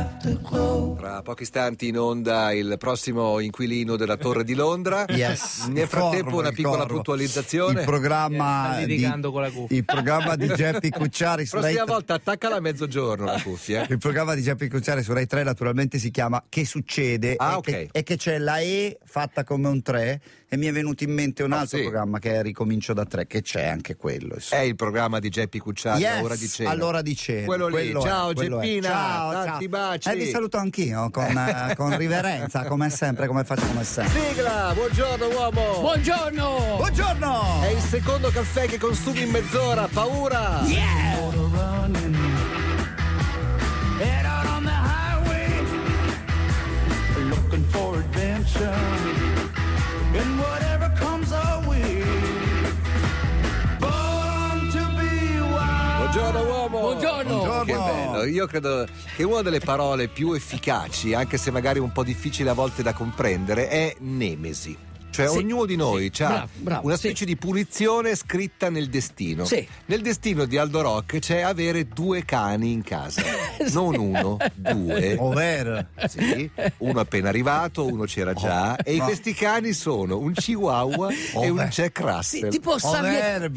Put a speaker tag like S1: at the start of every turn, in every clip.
S1: afterglow.
S2: Tra pochi istanti in onda il prossimo inquilino della Torre di Londra.
S3: Yes.
S2: Nel
S3: Il
S2: frattempo
S3: corvo,
S2: una
S3: il
S2: piccola
S3: corvo.
S2: puntualizzazione.
S3: Il programma
S4: Sta
S3: di,
S4: litigando con la cuffia.
S3: il programma di Geppi Cucciari su
S2: La
S3: Rai
S2: prossima volta attaccala a mezzogiorno la cuffia. eh.
S3: il programma di Geppi Cucciari su Rai 3 naturalmente si chiama Che succede
S2: Ah,
S3: e,
S2: ok.
S3: che, e che c'è la E fatta come un 3 e mi è venuto in mente un
S2: Ah,
S3: altro
S2: sì.
S3: programma che è Ricomincio da 3 che c'è anche quello
S2: È
S3: insomma.
S2: il programma di Geppi Cucciari,
S3: Yes,
S2: Eh, all'ora di cena.
S3: all'ora di cena.
S2: Quello lì.
S3: è,
S2: Ciao,
S3: quello è.
S2: Geppina, tanti baci.
S3: Eh, vi saluto anch'io con, eh, con riverenza, come sempre, come faccio come sempre.
S2: Sigla, buongiorno uomo.
S4: Buongiorno!
S3: Buongiorno!
S2: È il secondo caffè che consumi in mezz'ora, paura!
S1: Head out on the highway, looking for adventure. And whatever comes our way, born to be wild.
S2: Buongiorno uomo!
S4: Buongiorno!
S3: Buongiorno.
S2: Che bello, io credo che una delle parole più efficaci, anche se magari un po' difficile a volte da comprendere, è nemesi. Cioè
S4: Sì,
S2: ognuno di noi
S4: sì,
S2: ha
S4: bravo, bravo,
S2: una
S4: sì.
S2: specie di punizione scritta nel destino.
S4: Sì.
S2: Nel destino di Aldo Rock c'è avere due cani in casa, non uno, due.
S4: Oh.
S3: Over.
S2: Sì, uno appena arrivato, uno c'era già. e
S3: no.
S2: questi cani sono un Chihuahua e un
S3: beh.
S2: Jack Russell.
S4: Oh,
S5: Oh,
S4: Tipo
S3: Over,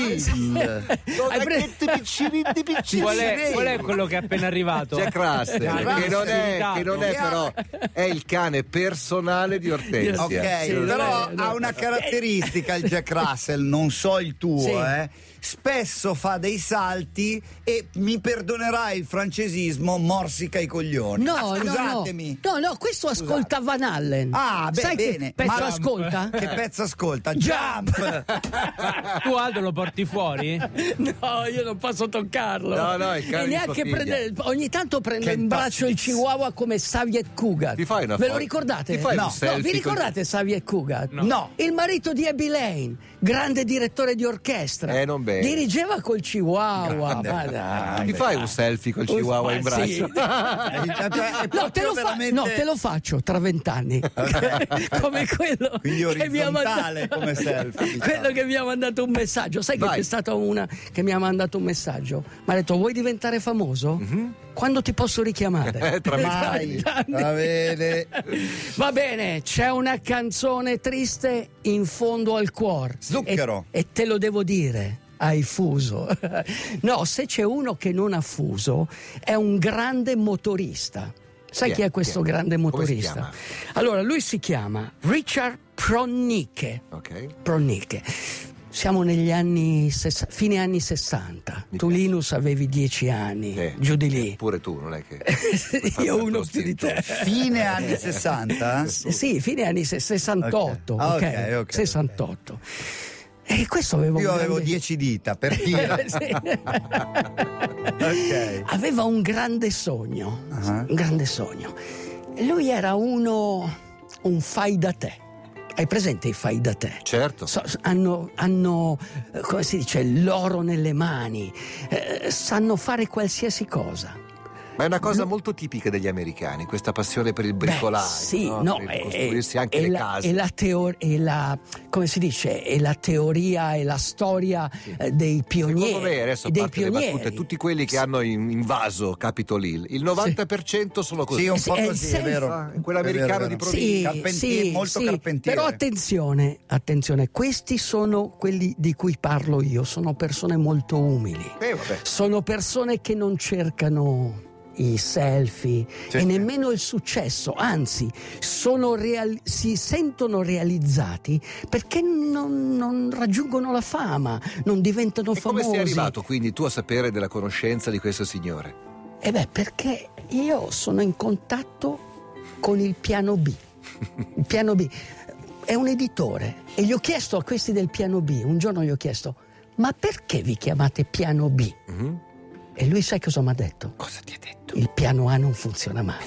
S3: Biciril.
S2: Sono
S4: Hai preso-
S2: ragazzi piccini di piccini.
S4: Qual è, qual è quello che è appena arrivato?
S2: Jack Russell,
S3: Jack
S2: che non è,
S4: Russell.
S2: che non è
S3: Jack.
S2: però è il cane personale di Ortensia.
S3: Ok,
S4: Sì,
S3: però
S4: no, no.
S3: ha una caratteristica il Jack Russell, non so il tuo,
S4: Sì.
S3: eh. Spesso fa dei salti e mi perdonerà il francesismo, morsica i coglioni.
S5: No,
S3: Ah, scusatemi.
S5: no, no, no, no, questo ascolta Van Allen.
S3: Ah, beh,
S5: Sai
S3: bene.
S5: che pezzo
S3: Ma-
S5: ascolta?
S3: Che pezzo ascolta? Jump! Eh,
S4: Tu Aldo lo porti fuori?
S5: No, io non posso toccarlo.
S2: No, no, il cane
S5: e
S2: di
S5: neanche
S2: tua figlia.
S5: prendere, ogni tanto prendo
S3: Kentucky
S5: in braccio il Chihuahua come Saviet Kugat.
S2: Ti fai una
S5: Ve
S2: foto?
S5: lo ricordate?
S2: Ti fai
S5: no.
S2: un selfie
S5: no, vi
S2: con-
S5: ricordate Saviet Kugat?
S4: No.
S3: No.
S5: Il marito di Abby Lane, grande direttore di orchestra.
S2: Eh, non bene.
S5: Dirigeva col Chihuahua. Ma dai.
S2: Ti fai un selfie col Chihuahua in
S5: Ma sì.
S2: braccio?
S3: Eh,
S5: No te, lo fa- no, te lo faccio tra vent'anni. come quello
S3: Quindi
S5: che mi ha
S3: orizzontale
S5: mandato-
S3: come selfie, diciamo.
S5: quello che mi ha mandato un messaggio. Sai
S2: Vai.
S5: che c'è stata una che mi ha mandato un messaggio? Mi ha detto: Vuoi diventare famoso?
S3: Mhm.
S5: Quando ti posso richiamare?
S2: Eh, tra
S3: Mai.
S5: esatto.
S3: Va bene.
S5: Va bene, c'è una canzone triste in fondo al cuore.
S3: Zucchero.
S5: E, e te lo devo dire. Hai fuso. No, se c'è uno che non ha fuso, è un grande motorista. Sai
S2: Chi è?
S5: chi è questo
S2: Chi è?
S5: grande
S2: Come si
S5: motorista? Allora, lui si chiama Richard Pronicke.
S2: Ok.
S5: Pronicke. Siamo negli anni, sess- fine anni 60.
S2: Mi
S5: tu
S2: piace.
S5: Linus avevi 10 anni,
S2: Sì. Eh,
S5: giù di lì.
S2: Pure tu, non è che.
S5: Io uno più di te.
S3: Fine anni 60?
S5: S- Sì, fine anni se- 68.
S3: Ok. Ah, ok,
S5: ok?
S3: ok.
S5: 68. E questo aveva
S3: Io
S5: un
S3: avevo
S5: grande-
S3: 10 dita, per dire.
S5: Sì.
S3: Ok.
S5: Aveva un grande sogno,
S3: Ah.
S5: un grande sogno. Lui era uno, un fai da te. Hai presente i fai da te?
S2: Certo.
S5: So- so- hanno, hanno, eh, come si dice, l'oro nelle mani, eh, sanno fare qualsiasi cosa.
S2: Ma è una cosa molto tipica degli americani, questa passione per il
S5: Beh,
S2: bricolage.
S5: sì, no,
S2: per
S5: eh,
S2: costruirsi
S5: eh,
S2: anche
S5: è
S2: le
S5: la,
S2: case.
S5: è la teo- è la- come si dice, è la teoria e la storia eh, dei pionieri.
S2: Secondo me, adesso a
S5: dei
S2: parte le
S5: pionieri.
S2: battute, tutti quelli che
S5: Sì.
S2: hanno in- invaso Capitol Hill, il 90% sono così.
S3: Sì, un
S5: Sì,
S3: po'
S5: è il
S3: così, è
S5: self-
S3: vero.
S2: quell'americano
S3: È vero, è
S2: di
S3: vero.
S2: provincia. Sì,
S3: Carpentier, molto carpentiere.
S5: Però attenzione, attenzione, questi sono quelli di cui parlo io, sono persone molto umili.
S2: Eh, vabbè.
S5: Sono persone che non cercano i selfie
S3: Sì,
S5: e
S3: sì.
S5: nemmeno il successo, anzi, sono real- si sentono realizzati perché non, non raggiungono la fama, non diventano
S2: E come
S5: famosi.
S2: sei arrivato quindi tu a sapere della conoscenza di questo signore?
S5: E beh, perché io sono in contatto con il piano B. Il piano B è un editore e gli ho chiesto a questi del piano B, un giorno gli ho chiesto, ma perché vi chiamate piano B?
S2: Mm-hmm.
S5: E lui sai cosa mi ha detto?
S2: Cosa ti ha detto?
S5: Il piano A non funziona mai.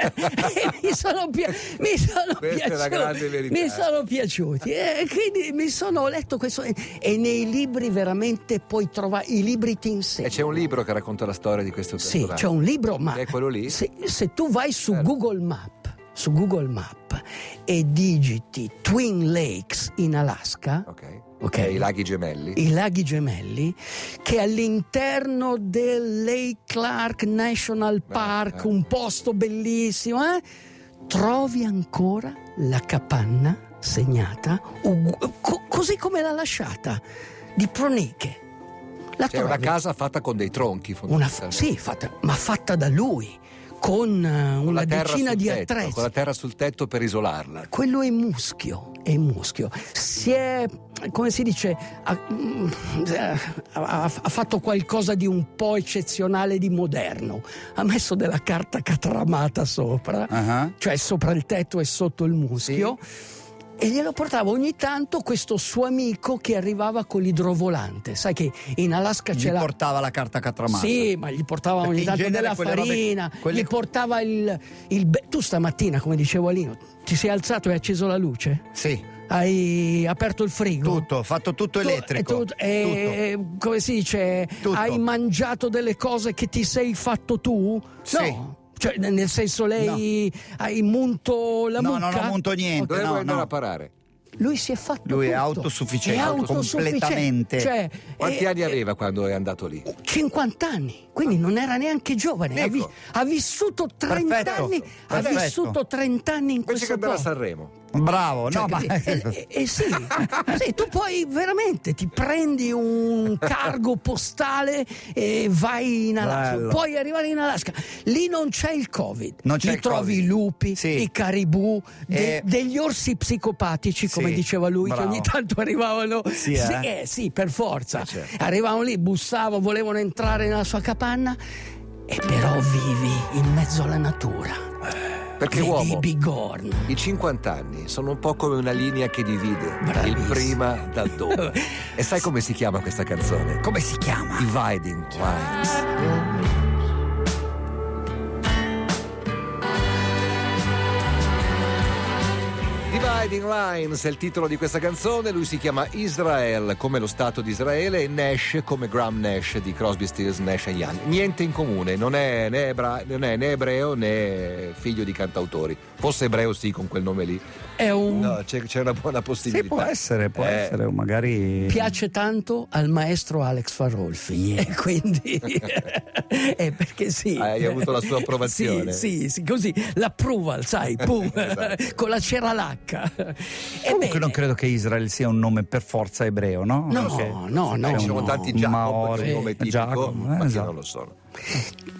S5: E mi sono, pia- mi sono
S2: Questa è la
S5: piaciuti.
S2: grande verità.
S5: Mi sono piaciuti. E quindi mi sono ho letto questo. E, e nei libri veramente puoi trovare. I libri ti
S2: E
S5: insegnano.
S2: Eh, c'è un libro che racconta la storia di questo
S5: Sì,
S2: personaggio.
S5: c'è un libro, ma
S2: Che È quello lì?
S5: se, se tu vai su
S2: Certo.
S5: Google Map, su Google Map e digiti Twin Lakes in Alaska,
S2: Ok.
S5: ok?
S2: Eh, I laghi gemelli.
S5: i laghi gemelli che all'interno del Lake Clark National Park,
S2: eh.
S5: un posto bellissimo, eh, trovi ancora la capanna segnata ugu- co- così come l'ha lasciata di proniche. La
S2: Cioè, è una
S5: trovi.
S2: casa fatta con dei tronchi,
S5: Una-
S2: fondamentalmente.
S5: sì, fatta, ma fatta da lui con eh,
S2: Con
S5: una
S2: la terra
S5: decina
S2: sul
S5: di
S2: tetto,
S5: attrezzi
S2: Con la terra sul tetto per isolarla.
S5: quello è muschio, è muschio. Si è, come si dice, ha, mm, eh, ha- ha fatto qualcosa di un po' eccezionale, di moderno. Ha messo della carta catramata sopra,
S3: Ah.
S5: cioè sopra il tetto e sotto il muschio. E glielo portava ogni tanto questo suo amico che arrivava con l'idrovolante. Sai che in Alaska
S3: Gli
S5: c'è la
S3: portava la carta catramata.
S5: sì, ma gli portava
S3: Perché
S5: ogni
S3: in
S5: tanto
S3: genere
S5: della
S3: quelle robe-
S5: farina,
S3: quelle-
S5: gli portava il, il be- Tu stamattina, come dicevo Alino, ti sei alzato e hai acceso la luce?
S3: Sì,
S5: Hai aperto il frigo?
S3: tutto, fatto tutto
S5: Tu-
S3: elettrico.
S5: tu- eh, Come si dice?
S3: Tutto.
S5: Hai mangiato delle cose che ti sei fatto tu?
S3: Sì.
S5: No. Cioè, n- nel senso, lei hai munto la
S3: No,
S5: mucca?
S3: non ho munto niente.
S2: Dove
S3: no,
S2: vuoi andare
S3: no.
S2: a parare?
S5: Lui si è fatto
S3: Lui è
S5: tutto.
S3: autosufficiente,
S5: È autosufficiente.
S3: completamente.
S5: Cioè,
S2: Quanti
S5: è-
S2: anni aveva quando è andato lì?
S5: 50 anni, quindi non era neanche giovane, ha, vi-
S2: Ecco.
S5: ha vissuto 30
S3: Perfetto,
S5: anni, ha
S3: perfetto.
S5: vissuto 30 anni in
S2: Invece che
S5: questo
S2: andare a
S5: posto.
S2: Sanremo.
S3: Bravo, no, ma...
S5: Cioè,
S3: eh,
S5: e, e- e sì, sì, tu poi veramente ti prendi un cargo postale e vai in Alaska,
S3: Bello.
S5: puoi arrivare in Alaska. Lì non c'è il Covid,
S3: Non c'è
S5: lì
S3: il
S5: trovi
S3: Covid.
S5: i lupi,
S3: Sì.
S5: i caribù, de-
S3: E-
S5: degli orsi psicopatici, come
S3: Sì,
S5: diceva lui,
S3: bravo.
S5: che ogni tanto arrivavano.
S3: Sì, eh?
S5: eh, sì, per forza.
S2: Eh, certo.
S5: Arrivavano lì, bussavano, volevano entrare nella sua capanna. E però vivi in mezzo alla natura.
S3: Eh,
S2: Perché
S5: Vedi
S2: uomo,
S5: i bigorn.
S2: i 50 anni sono un po' come una linea che divide
S5: Bravissimo.
S2: il prima dal dopo. Ah, e sai come si chiama questa canzone?
S3: Come si chiama?
S2: Dividing Lines. Dividing Lines è il titolo di questa canzone, lui si chiama Israel come lo Stato di Israele e Nash come Graham Nash di Crosby, Stills, Nash and Young. Niente in comune, non è né, ebra- non è né ebreo né figlio di cantautori. Fosse ebreo sì con quel nome lì.
S5: È un
S2: No, c'è, c'è una buona
S3: Sì,
S2: possibilità.
S3: può essere, può
S2: Eh,
S3: essere, o magari...
S5: piace tanto al maestro Alex Farolfi e quindi è perché sì
S2: Ah, Hai avuto la sua approvazione.
S5: sì, sì, sì, così l'approval sai pum,
S2: Esatto.
S5: con la cera lacca
S3: Comunque non credo che Israel sia un nome per forza ebreo, no?
S5: No,
S3: Perché-
S5: no, no,
S2: eh, ci sono
S5: no.
S2: tanti Giacomo che è
S3: Maori,
S2: un nome tipico,
S3: Giacomo, eh,
S2: ma che
S3: esatto.
S2: non lo sono.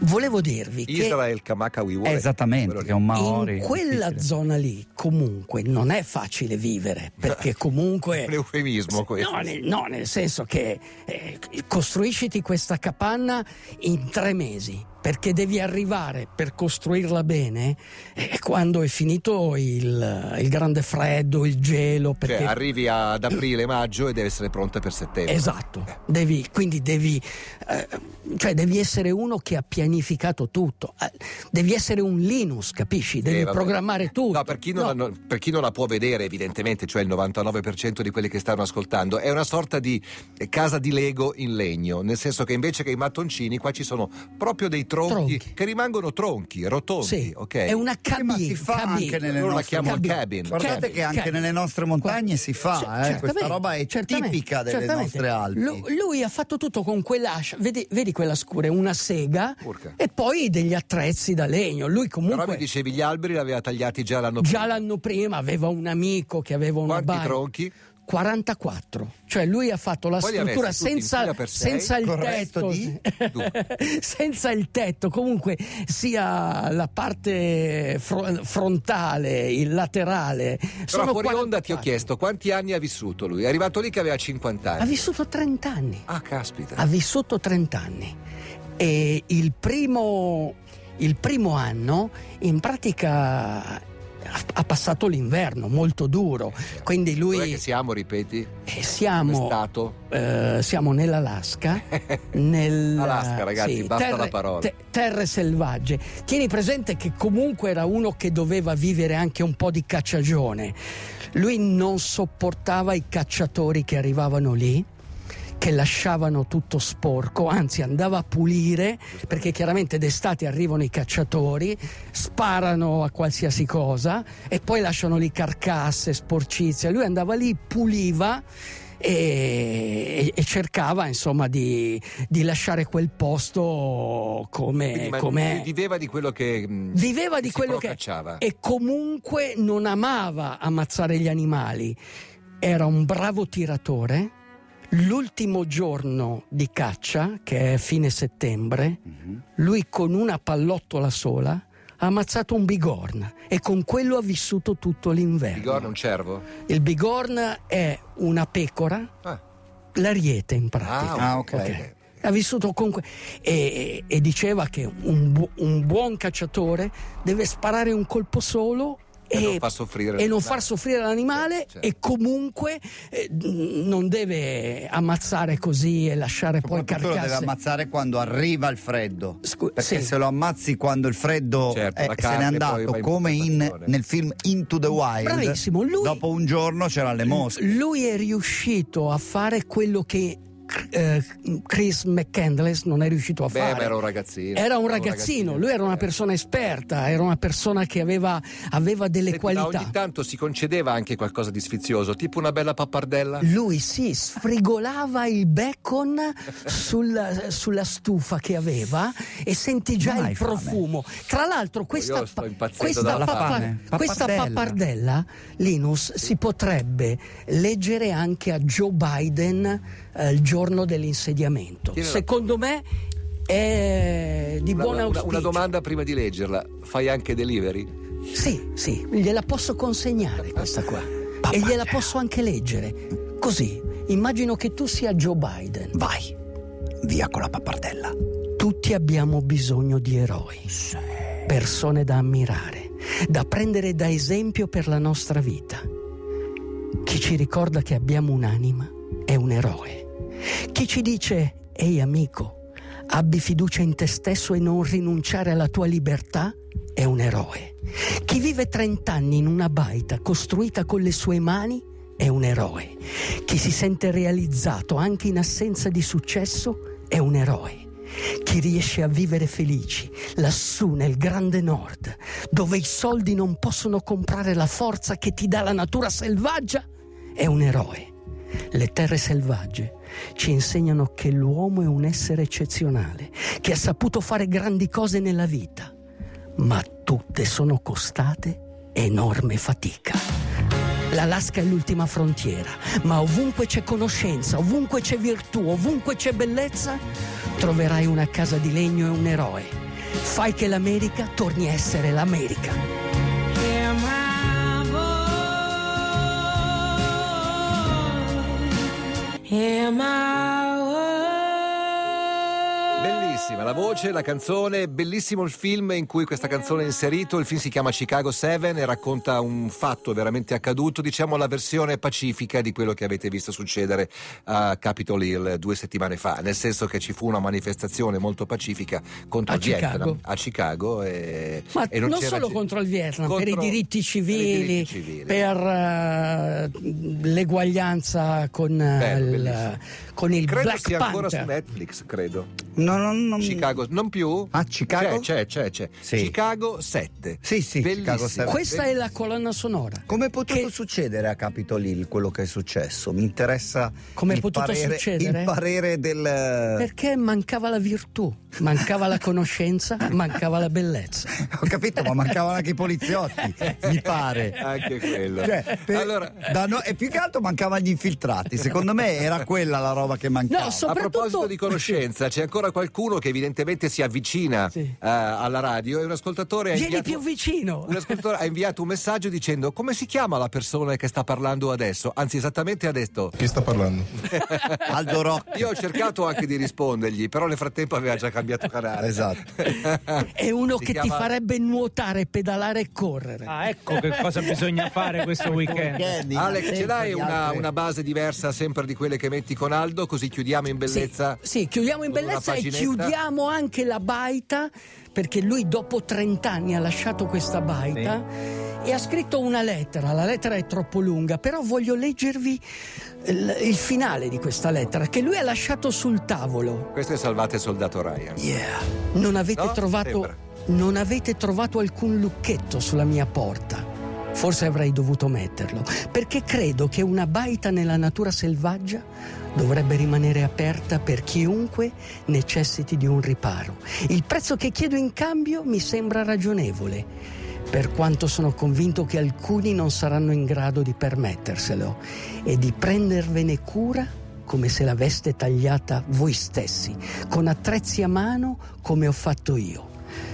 S5: volevo dirvi che
S2: Israel Kamaka Wiwore.
S3: Esattamente, che è un Maori.
S5: in quella
S3: difficile.
S5: zona lì comunque non è facile vivere perché comunque
S2: un eufemismo questo.
S5: Eh,
S2: Cioè,
S5: No, nel, no, nel senso che eh, costruisciti questa capanna in tre mesi, perché devi arrivare per costruirla bene eh, quando è finito il, il grande freddo, il gelo. Perché...
S2: Cioè, arrivi ad aprile-maggio e deve essere pronta per settembre.
S5: Esatto,
S2: Eh.
S5: devi, quindi devi, eh, cioè devi essere uno che ha pianificato tutto, Eh, devi essere un Linus, capisci? Devi
S2: Eh, vabbè.
S5: programmare tutto.
S2: No, per chi, non
S5: No.
S2: La, no- per chi non la può vedere, evidentemente, cioè il 99% di quelli che stanno ascoltando, è una sorta di eh, casa di Lego in legno, nel senso che invece che i mattoncini, qua ci sono proprio dei tronchi,
S5: Tronchi.
S2: che rimangono tronchi, rotondi,
S5: Sì,
S2: ok?
S5: è una
S3: Eh, ma
S5: cabin.
S3: si fa
S5: cabin.
S3: anche nelle
S2: Loro la
S3: nostre
S2: chiamano
S5: cabin.
S2: cabin.
S3: Guardate
S2: cabin.
S3: che anche
S5: Cioè,
S3: nelle nostre montagne si
S5: Cioè,
S3: fa, eh, questa
S5: certamente,
S3: roba è
S5: certamente,
S3: tipica delle
S5: certamente.
S3: nostre Alpi.
S5: Lu- Lui, ha fatto tutto con quell'ascia, vedi, vedi quella scura, è una sega
S2: Porca.
S5: e poi degli attrezzi da legno. Lui
S2: Però mi
S5: comunque
S2: dicevi gli alberi li aveva tagliati già l'anno
S5: già l'anno prima aveva un amico che aveva una
S2: Quanti
S5: barca.
S2: tronchi?
S5: 44, cioè lui ha fatto la
S2: Poi li ha
S5: struttura
S2: messi tutti in
S5: senza,
S2: fila per sei,
S5: senza il
S3: col resto
S5: tetto,
S3: di-
S5: senza il tetto, comunque sia la parte fro- frontale, il laterale.
S2: Però
S5: sono
S2: fuori onda ti ho
S5: 44.
S2: chiesto quanti anni ha vissuto lui. È arrivato lì che aveva 50 anni.
S5: Ha vissuto 30 anni.
S2: ah, caspita.
S5: ha vissuto 30 anni e il primo, il primo anno in pratica ha, ha passato l'inverno molto duro, quindi
S2: Dov'è
S5: lui
S2: che siamo, ripeti?
S5: eh, siamo,
S2: Stato?
S5: eh, siamo nell'Alaska, nel,
S2: Alaska, ragazzi, basta
S5: terre-
S2: la parola.
S5: te- terre selvagge. Tieni presente che comunque era uno che doveva vivere anche un po' di cacciagione. Lui non sopportava i cacciatori che arrivavano lì che lasciavano tutto sporco, anzi andava a pulire, perché chiaramente d'estate arrivano i cacciatori, sparano a qualsiasi cosa e poi lasciano lì carcasse, sporcizie. Lui andava lì, puliva e, e cercava insomma di, di lasciare quel posto come,
S2: Quindi, ma
S5: Eh, com'è.
S2: Viveva di quello che. mh,
S5: Viveva di
S2: si
S5: quello che
S2: procacciava.
S5: e comunque non amava ammazzare gli animali. Era un bravo tiratore. L'ultimo giorno di caccia, che è fine settembre,
S2: Mhm.
S5: lui con una pallottola sola ha ammazzato un bigorn e con quello ha vissuto tutto l'inverno.
S2: Bigorna, un cervo?
S5: Il bigorn è una pecora,
S2: Ah.
S5: l'ariete in pratica.
S3: Ah, ok.
S5: Ok. Ha vissuto con que- e, e diceva che un, bu- un buon cacciatore deve sparare un colpo solo
S2: E
S5: e,
S2: non far soffrire
S5: e non
S2: l'animale.
S5: far soffrire l'animale
S2: Certo.
S5: e comunque eh, n- non deve ammazzare così e lasciare poi
S3: Soprattutto lo deve
S5: carcasse.
S3: ammazzare quando arriva il freddo.
S5: Scu-
S3: perché
S5: sì.
S3: se lo ammazzi quando il freddo
S2: Certo,
S3: eh,
S2: la
S3: se n'è
S2: carne poi va
S3: andato,
S2: in
S3: come in-
S2: putrefazione.
S3: nel film Into the Wild.
S5: Bravissimo, lui-
S3: Dopo un giorno c'erano le mosche.
S5: Lui è riuscito a fare quello che eh, Chris McCandless non è riuscito a
S2: Beh,
S5: fare.
S2: ma era un ragazzino. certo.
S5: Era un ragazzino, lui era una persona esperta, era una persona che aveva, aveva delle
S2: Senti, ma
S5: qualità.
S2: ogni tanto si concedeva anche qualcosa di sfizioso, tipo una bella pappardella.
S5: Lui si sfrigolava il bacon sul- sulla stufa che aveva e senti già
S3: Non hai
S5: il profumo. Tra l'altro, questa,
S2: sto
S5: pa-
S2: impazzendo
S5: questa,
S2: dalla
S5: pappa-
S3: fame.
S5: questa
S3: Pappardella.
S5: pappardella, Linus, si potrebbe leggere anche a Joe Biden eh, il giorno dell'insediamento.
S2: Tiene la-
S5: Secondo me è di
S2: Una- una,
S5: buona
S2: una
S5: auspicio.
S2: domanda prima di leggerla. Fai anche delivery?
S5: Sì, sì, gliela posso consegnare questa qua. e gliela
S3: eh.
S5: posso anche leggere. Così, immagino che tu sia Joe Biden.
S3: Vai, via con la pappardella.
S5: Tutti abbiamo bisogno di eroi, persone da ammirare, da prendere da esempio per la nostra vita. Chi ci ricorda che abbiamo un'anima è un eroe. Chi ci dice, ehi amico, abbi fiducia in te stesso e non rinunciare alla tua libertà è un eroe. Chi vive 30 anni in una baita costruita con le sue mani è un eroe. Chi si sente realizzato anche in assenza di successo è un eroe. Chi riesce a vivere felici lassù nel grande nord, dove i soldi non possono comprare la forza che ti dà la natura selvaggia, è un eroe. Le terre selvagge ci insegnano che l'uomo è un essere eccezionale, che ha saputo fare grandi cose nella vita, ma tutte sono costate enorme fatica. L'Alaska è l'ultima frontiera, ma ovunque c'è conoscenza, ovunque c'è virtù, ovunque c'è bellezza, troverai una casa di legno e un eroe. Fai che l'America torni a essere l'America.
S2: Bellissima la voce, la canzone, bellissimo il film in cui questa canzone è inserito. Il film si chiama Chicago 7 e racconta un fatto veramente accaduto, diciamo la versione pacifica di quello che avete visto succedere a Capitol Hill due settimane fa, nel senso che ci fu una manifestazione molto pacifica contro
S5: A
S2: il Vietnam
S5: Chicago.
S2: a Chicago e,
S5: Ma
S2: e
S5: non,
S2: c'era
S5: solo
S2: gente.
S5: contro il Vietnam, per i
S2: Contro-
S5: diritti
S2: per
S5: civili,
S2: i diritti
S5: per,
S2: civili.
S5: eh, l'eguaglianza con, eh,
S2: Bello,
S5: il-
S2: bellissimo.
S5: con il
S2: Credo
S5: Black
S2: sia ancora su
S5: Panther.
S2: Netflix, credo.
S3: No, no, no.
S2: Chicago, non più?
S3: Ah, Chicago?
S2: C'è, c'è, c'è. c'è.
S3: Sì.
S2: Chicago 7.
S3: Sì, sì, Chicago
S2: eh,
S3: 7.
S5: Questa è la colonna sonora.
S3: Come è potuto
S5: Che-
S3: succedere a Capitol Hill quello che è successo? Mi interessa
S5: Come è
S3: il,
S5: potuto
S3: parere,
S5: succedere?
S3: il parere del...
S5: Perché mancava la virtù, mancava la conoscenza, mancava la bellezza.
S3: Ho capito, ma mancavano anche i poliziotti, mi pare.
S2: Anche quello.
S3: Cioè, per-
S2: Allora,
S3: da no- e più che altro mancavano gli infiltrati. Secondo me era quella la roba che mancava.
S5: No, so-
S2: a
S5: Soprattutto-
S2: proposito di conoscenza, c'è ancora qualcuno che evidentemente si avvicina
S5: Sì.
S2: eh, alla radio e un ascoltatore ha
S5: Vieni
S2: inviato-
S5: più vicino.
S2: un ascoltatore ha inviato un messaggio dicendo come si chiama la persona che sta parlando adesso? Anzi, esattamente ha detto
S6: Chi sta parlando?
S3: Aldo Rocchi.
S2: io ho cercato anche di rispondergli, però nel frattempo aveva già cambiato canale.
S3: Esatto.
S5: È uno
S2: Si
S5: che ti
S2: chiama-
S5: farebbe nuotare, pedalare e correre.
S4: Ah, ecco che cosa bisogna fare questo weekend.
S3: Kenny,
S2: Alex,
S3: sempre
S2: ce l'hai
S3: gli
S2: una,
S3: altri.
S2: una base diversa sempre di quelle che metti con Aldo, così chiudiamo in
S5: Sì,
S2: bellezza.
S5: sì, chiudiamo in
S2: con una
S5: bellezza e
S2: paginetta.
S5: chiudiamo anche la baita, perché lui dopo 30 anni ha lasciato questa baita e ha scritto una lettera. La lettera è troppo lunga, però voglio leggervi il, il finale di questa lettera che lui ha lasciato sul tavolo.
S2: Questo è Salvate il Soldato Ryan.
S5: Non avete
S2: No?
S5: trovato
S2: Sembra.
S5: non avete trovato alcun lucchetto sulla mia porta. Forse avrei dovuto metterlo, perché credo che una baita nella natura selvaggia dovrebbe rimanere aperta per chiunque necessiti di un riparo. Il prezzo che chiedo in cambio mi sembra ragionevole per quanto sono convinto che alcuni non saranno in grado di permetterselo e di prendervene cura come se l'aveste tagliata voi stessi, con attrezzi a mano come ho fatto io.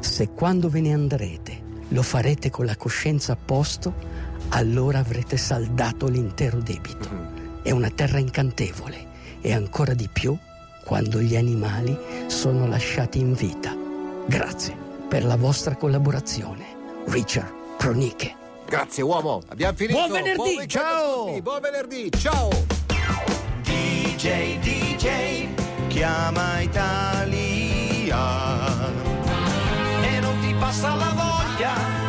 S5: Se quando ve ne andrete lo farete con la coscienza a posto, allora avrete saldato l'intero debito. È una terra incantevole e ancora di più quando gli animali sono lasciati in vita. Grazie per la vostra collaborazione. Richard Pronicche.
S2: Grazie uomo, abbiamo finito.
S5: Buon venerdì,
S2: weekend a
S3: ciao.
S2: tutti, Buon venerdì, ciao.
S1: DJ, DJ, chiama Italia. E non ti passa la voglia